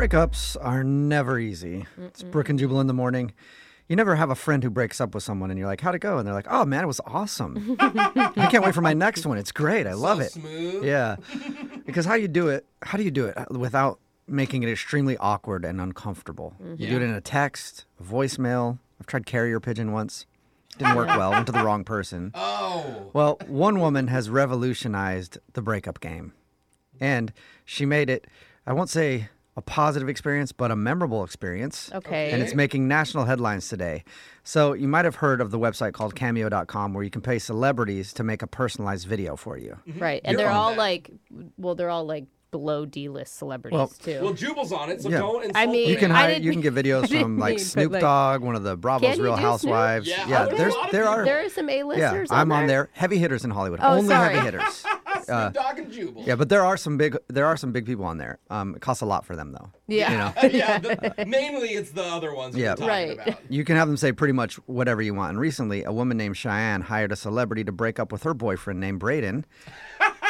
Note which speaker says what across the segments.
Speaker 1: Breakups are never easy. It's Brooke and Jubal in the morning. You never have a friend who breaks up with someone and you're like, how'd it go? And they're like, oh man, it was awesome. I can't wait for my next one. It's great. I love it.
Speaker 2: Smooth.
Speaker 1: Yeah. Because how you do it, how do you do it uh, without making it extremely awkward and uncomfortable? You do it in a text, a voicemail. I've tried carrier pigeon once. Didn't work well. Went to the wrong person.
Speaker 2: Oh.
Speaker 1: Well, one woman has revolutionized the breakup game. And she made it, I won't say a positive experience, but a memorable experience.
Speaker 3: Okay.
Speaker 1: And it's making national headlines today. So you might have heard of the website called cameo.com where you can pay celebrities to make a personalized video for you.
Speaker 3: right. And they're all like, well, they're all like below D list celebrities
Speaker 1: Well-
Speaker 3: too.
Speaker 2: Well, Jubal's on it, so
Speaker 1: Yeah.
Speaker 2: don't insult
Speaker 3: I mean-
Speaker 2: the
Speaker 1: You can
Speaker 3: I
Speaker 1: hire,
Speaker 3: didn't
Speaker 1: you can get videos from
Speaker 3: didn't
Speaker 1: like
Speaker 3: mean, but,
Speaker 1: Snoop
Speaker 3: like-
Speaker 1: Dogg, one of the Bravo's
Speaker 3: you
Speaker 1: Real
Speaker 3: do Snoop?
Speaker 1: Housewives.
Speaker 2: Yeah,
Speaker 1: yeah,
Speaker 2: there's a
Speaker 1: there's
Speaker 2: lot of
Speaker 1: there are
Speaker 3: there are some A
Speaker 1: yeah,
Speaker 3: listers.
Speaker 1: I'm on there. Heavy hitters in Hollywood.
Speaker 3: Oh,
Speaker 1: Only
Speaker 3: sorry.
Speaker 1: heavy hitters.
Speaker 2: Snoop Dogg and Jubal.
Speaker 1: uh, Yeah, but there are some big there are some big people on there. Um, it costs a lot for them though.
Speaker 3: Yeah.
Speaker 1: You know,
Speaker 2: yeah, the, mainly it's the other ones
Speaker 1: Yeah.
Speaker 2: yeah, we're talking
Speaker 3: Right.
Speaker 2: about.
Speaker 1: you can have them say pretty much whatever you want. And recently, a woman named Cheyenne hired a celebrity to break up with her boyfriend named Braden.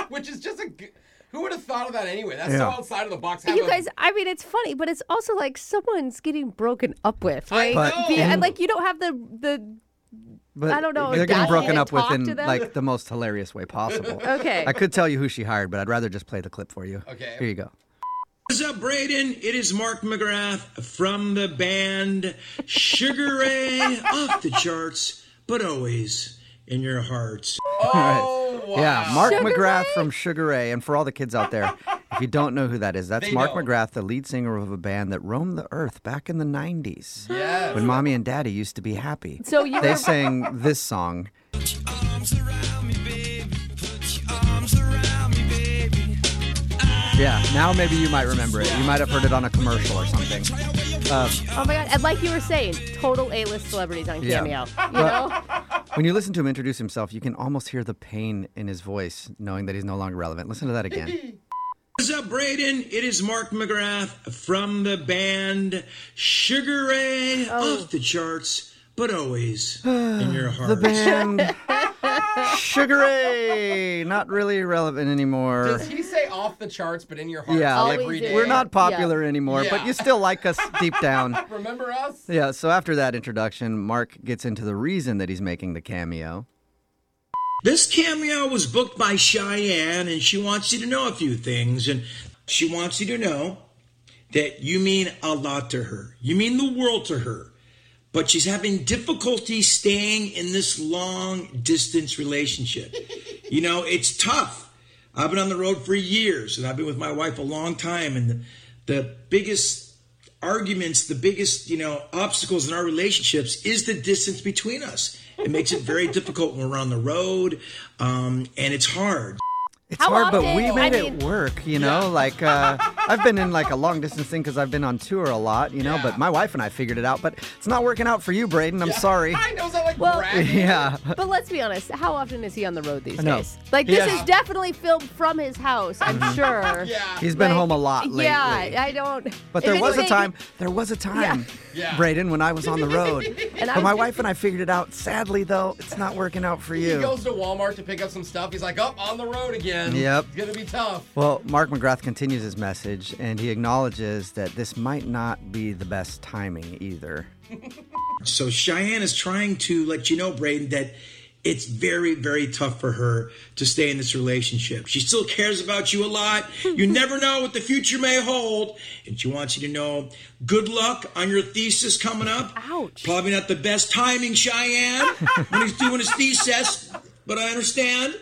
Speaker 2: Which is just a. g- Who would have thought of that anyway? That's so
Speaker 1: Yeah.
Speaker 2: outside of the box. Have
Speaker 3: You
Speaker 2: a-
Speaker 3: guys, I mean, it's funny, but it's also like someone's getting broken up with,
Speaker 2: I
Speaker 3: right?
Speaker 2: But-
Speaker 3: The-
Speaker 2: know.
Speaker 3: and like you don't have the the.
Speaker 1: But
Speaker 3: I don't know,
Speaker 1: They're
Speaker 3: does
Speaker 1: getting
Speaker 3: she
Speaker 1: broken
Speaker 3: even
Speaker 1: up
Speaker 3: talk
Speaker 1: with
Speaker 3: to
Speaker 1: in
Speaker 3: them?
Speaker 1: like the most hilarious way possible.
Speaker 3: Okay.
Speaker 1: I could tell you who she hired, but I'd rather just play the clip for you.
Speaker 2: Okay.
Speaker 1: Here you go.
Speaker 4: What's up, Braden? It is Mark McGrath from the band Sugar Ray, off the charts, but always in your hearts.
Speaker 2: Oh, wow.
Speaker 1: Yeah, Mark
Speaker 3: Sugar
Speaker 1: McGrath
Speaker 3: Ray?
Speaker 1: from Sugar Ray. And for all the kids out there, if you don't know who that is, that's
Speaker 2: They
Speaker 1: Mark
Speaker 2: know.
Speaker 1: McGrath, the lead singer of a band that roamed the earth back in the 90s
Speaker 2: Yes.
Speaker 1: when mommy and daddy used to be happy.
Speaker 3: So you
Speaker 1: they
Speaker 3: were-
Speaker 1: sang this song. Yeah, now maybe you might remember it. You might have heard it on a commercial or something.
Speaker 3: Oh my god! And like you were saying, total A list celebrities on
Speaker 1: Yeah.
Speaker 3: Cameo. You
Speaker 1: Well-
Speaker 3: know,
Speaker 1: When you listen to him introduce himself, you can almost hear the pain in his voice, knowing that he's no longer relevant. Listen to that again.
Speaker 4: What's up, Braden? It is Mark McGrath from the band Sugar Ray, off the charts, but always in your hearts.
Speaker 1: The band Sugar Ray, not really relevant anymore.
Speaker 2: Does he say off the charts, but in your heart?
Speaker 1: Yeah,
Speaker 3: Always
Speaker 2: every
Speaker 3: is.
Speaker 2: day?
Speaker 1: We're not
Speaker 3: Yeah.
Speaker 1: popular anymore, but
Speaker 2: Yeah.
Speaker 1: you still like us deep down.
Speaker 2: Remember us?
Speaker 1: Yeah, so after that introduction, Mark gets into the reason that he's making the cameo.
Speaker 4: This cameo was booked by Cheyenne, and she wants you to know a few things. And she wants you to know that you mean a lot to her. You mean the world to her. But she's having difficulty staying in this long distance relationship. you know, it's tough. I've been on the road for years, and I've been with my wife a long time, and the, the biggest arguments, the biggest, you know, obstacles in our relationships is the distance between us. It makes it very difficult when we're on the road, um, and it's hard.
Speaker 1: It's
Speaker 3: How
Speaker 1: hard, but
Speaker 3: often-
Speaker 1: we
Speaker 3: I
Speaker 1: made
Speaker 3: mean-
Speaker 1: it work, you know? Like, uh, I've been in like a long distance thing because I've been on tour a lot, you know, but my wife and I figured it out, but it's not working out for you, Braden. I'm sorry.
Speaker 2: I know, is that like
Speaker 3: Well-
Speaker 2: bragging?
Speaker 1: Yeah.
Speaker 3: but let's be honest. How often is he on the road these
Speaker 1: No.
Speaker 3: days? Like
Speaker 1: He
Speaker 3: this
Speaker 1: has-
Speaker 3: is definitely filmed from his house. I'm sure.
Speaker 2: Yeah.
Speaker 1: He's been
Speaker 3: Like,
Speaker 1: home a lot lately.
Speaker 3: Yeah, I don't.
Speaker 1: But
Speaker 3: if
Speaker 1: there was a
Speaker 3: anything-
Speaker 1: time, there was a time,
Speaker 2: Yeah.
Speaker 1: Braden, when I was on the road.
Speaker 3: And
Speaker 1: but
Speaker 3: I-
Speaker 1: my wife and I figured it out. Sadly, though, it's not working out for you.
Speaker 2: He goes to Walmart to pick up some stuff. He's like, up on the road again.
Speaker 1: Yep.
Speaker 2: It's gonna be tough.
Speaker 1: Well, Mark McGrath continues his message and he acknowledges that this might not be the best timing either.
Speaker 4: So Cheyenne is trying to let you know, Braden, that it's very, very tough for her to stay in this relationship. She still cares about you a lot. You never know what the future may hold. And she wants you to know good luck on your thesis coming up.
Speaker 3: Ouch.
Speaker 4: Probably not the best timing, Cheyenne, when he's doing his thesis, but I understand.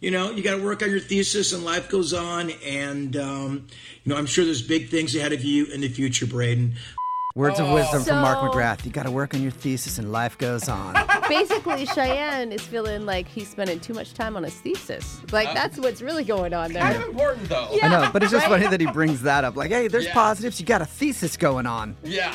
Speaker 4: You know, you got to work on your thesis and life goes on. And, um, you know, I'm sure there's big things ahead of you in the future, Braden.
Speaker 1: Words of wisdom from Mark
Speaker 3: Oh. So-
Speaker 1: McGrath. You got to work on your thesis and life goes on.
Speaker 3: Basically, Cheyenne is feeling like he's spending too much time on his thesis. Like that's what's really going on
Speaker 2: Kind of
Speaker 3: there.
Speaker 2: important though.
Speaker 1: I know, but it's just
Speaker 3: Right?
Speaker 1: funny that he brings that up. Like, hey, there's
Speaker 2: Yeah.
Speaker 1: positives. You got a thesis going on.
Speaker 2: Yeah.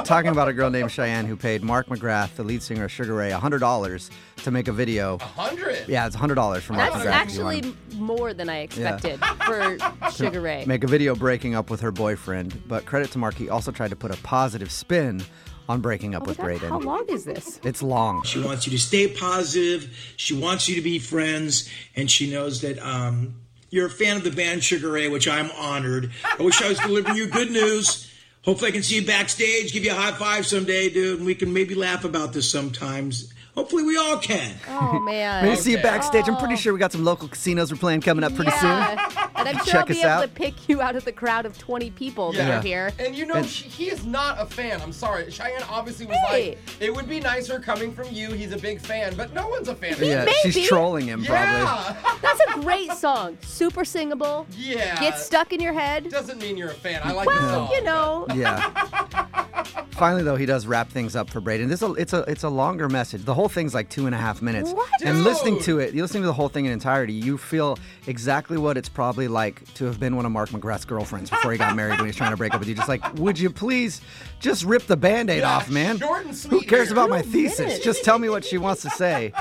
Speaker 1: Talking about a girl named Cheyenne who paid Mark Mgrath, the lead singer of Sugar Ray, $100 to make a video.
Speaker 2: Hundred.
Speaker 1: Yeah, it's $100 for Mark
Speaker 3: That's
Speaker 1: McGrath. if you want
Speaker 3: actually more than I expected for Sugar Ray.
Speaker 1: make a video breaking up with her boyfriend. But credit to Mark, he also tried to put a positive spin on breaking up
Speaker 3: Oh my
Speaker 1: with
Speaker 3: God,
Speaker 1: Braden.
Speaker 3: How long is this?
Speaker 1: It's long.
Speaker 4: She wants you to stay positive. She wants you to be friends, and she knows that um, you're a fan of the band Sugar Ray, which I'm honored. I wish I was delivering you good news. Hopefully, I can see you backstage, give you a high five someday, dude, and we can maybe laugh about this sometimes. Hopefully, we all can.
Speaker 3: Oh man.
Speaker 1: We'll see you
Speaker 2: Okay.
Speaker 1: backstage. I'm pretty sure we got some local casinos we're playing coming up pretty soon.
Speaker 3: Oh. yeah. And I'm sure I'll
Speaker 1: Check
Speaker 3: be
Speaker 1: us
Speaker 3: able
Speaker 1: out.
Speaker 3: to pick you out of the crowd of 20 people that
Speaker 2: Yeah.
Speaker 3: are here.
Speaker 2: And you know, she, he is not a fan. I'm sorry. Cheyenne obviously was
Speaker 3: Hey.
Speaker 2: like, it would be nicer coming from you. He's a big fan, but no one's a fan of
Speaker 1: Yeah,
Speaker 2: him.
Speaker 1: she's
Speaker 3: Maybe.
Speaker 1: trolling him probably.
Speaker 2: Yeah.
Speaker 3: That's a great song. Super singable.
Speaker 2: Yeah.
Speaker 3: Get stuck in your head.
Speaker 2: Doesn't mean you're a fan. I like the
Speaker 3: Well,
Speaker 2: song.
Speaker 3: you know.
Speaker 1: Yeah. Finally, though, he does wrap things up for Braden. This a, it's a it's a longer message. The whole thing's like two and a half minutes.
Speaker 3: What?
Speaker 1: And listening
Speaker 2: Dude.
Speaker 1: to it, you listening to the whole thing in entirety, you feel exactly what it's probably like to have been one of Mark McGrath's girlfriends before he got married when he's trying to break up with you. Just like, would you please just rip the band-aid
Speaker 2: Yeah,
Speaker 1: off, man?
Speaker 2: short and
Speaker 1: Who
Speaker 2: sweet
Speaker 1: cares
Speaker 2: here.
Speaker 1: about my
Speaker 3: Two
Speaker 1: thesis?
Speaker 3: minutes.
Speaker 1: Just tell me what she wants to say.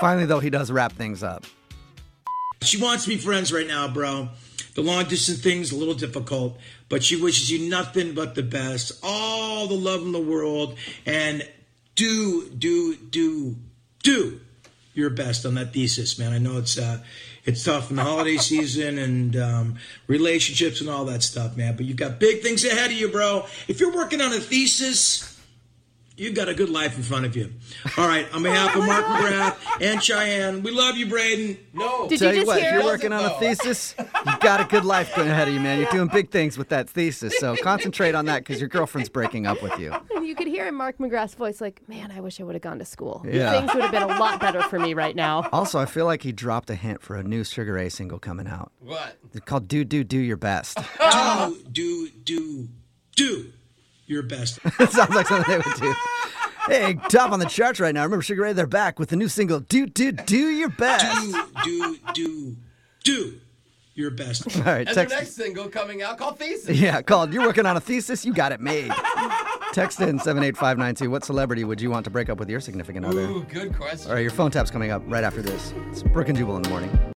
Speaker 1: Finally, though, he does wrap things up.
Speaker 4: She wants to be friends right now, bro. The long distance thing's a little difficult, but she wishes you nothing but the best, all the love in the world, and do, do, do, do your best on that thesis, man. I know it's uh, it's tough in the holiday season and um, relationships and all that stuff, man. But you've got big things ahead of you, bro. If you're working on a thesis, You've got a good life in front of you. All right, on behalf of Mark McGrath and Cheyenne, we love you, Braden.
Speaker 2: no.
Speaker 3: Did
Speaker 1: Tell you
Speaker 3: you just
Speaker 1: what, if
Speaker 3: hear
Speaker 1: you're
Speaker 3: us?
Speaker 1: working on a
Speaker 2: though.
Speaker 1: thesis, you've got a good life going ahead of you, man. You're doing big things with that thesis. So concentrate on that because your girlfriend's breaking up with you.
Speaker 3: And you could hear in Mark McGrath's voice, like, man, I wish I would have gone to school.
Speaker 1: Yeah.
Speaker 3: Things would have been a lot better for me right now.
Speaker 1: Also, I feel like he dropped a hint for a new Sugar Ray single coming out.
Speaker 2: What?
Speaker 1: It's called Do Do Do Your Best.
Speaker 4: do, Um, do, do, do your best.
Speaker 1: That sounds like something they would do. Hey, top on the charts right now. Remember, Sugar Ray, they're back with the new single Do Do Do Your Best.
Speaker 4: Do, do, do, do your best.
Speaker 1: All right,
Speaker 2: And
Speaker 1: text.
Speaker 2: their next single coming out called Thesis.
Speaker 1: Yeah, called. You're working on a thesis. You got it made. Text in 78592. What celebrity would you want to break up with your significant other?
Speaker 2: Ooh, good question.
Speaker 1: All right, your phone tap's coming up right after this. It's Brooke and Jubal in the morning.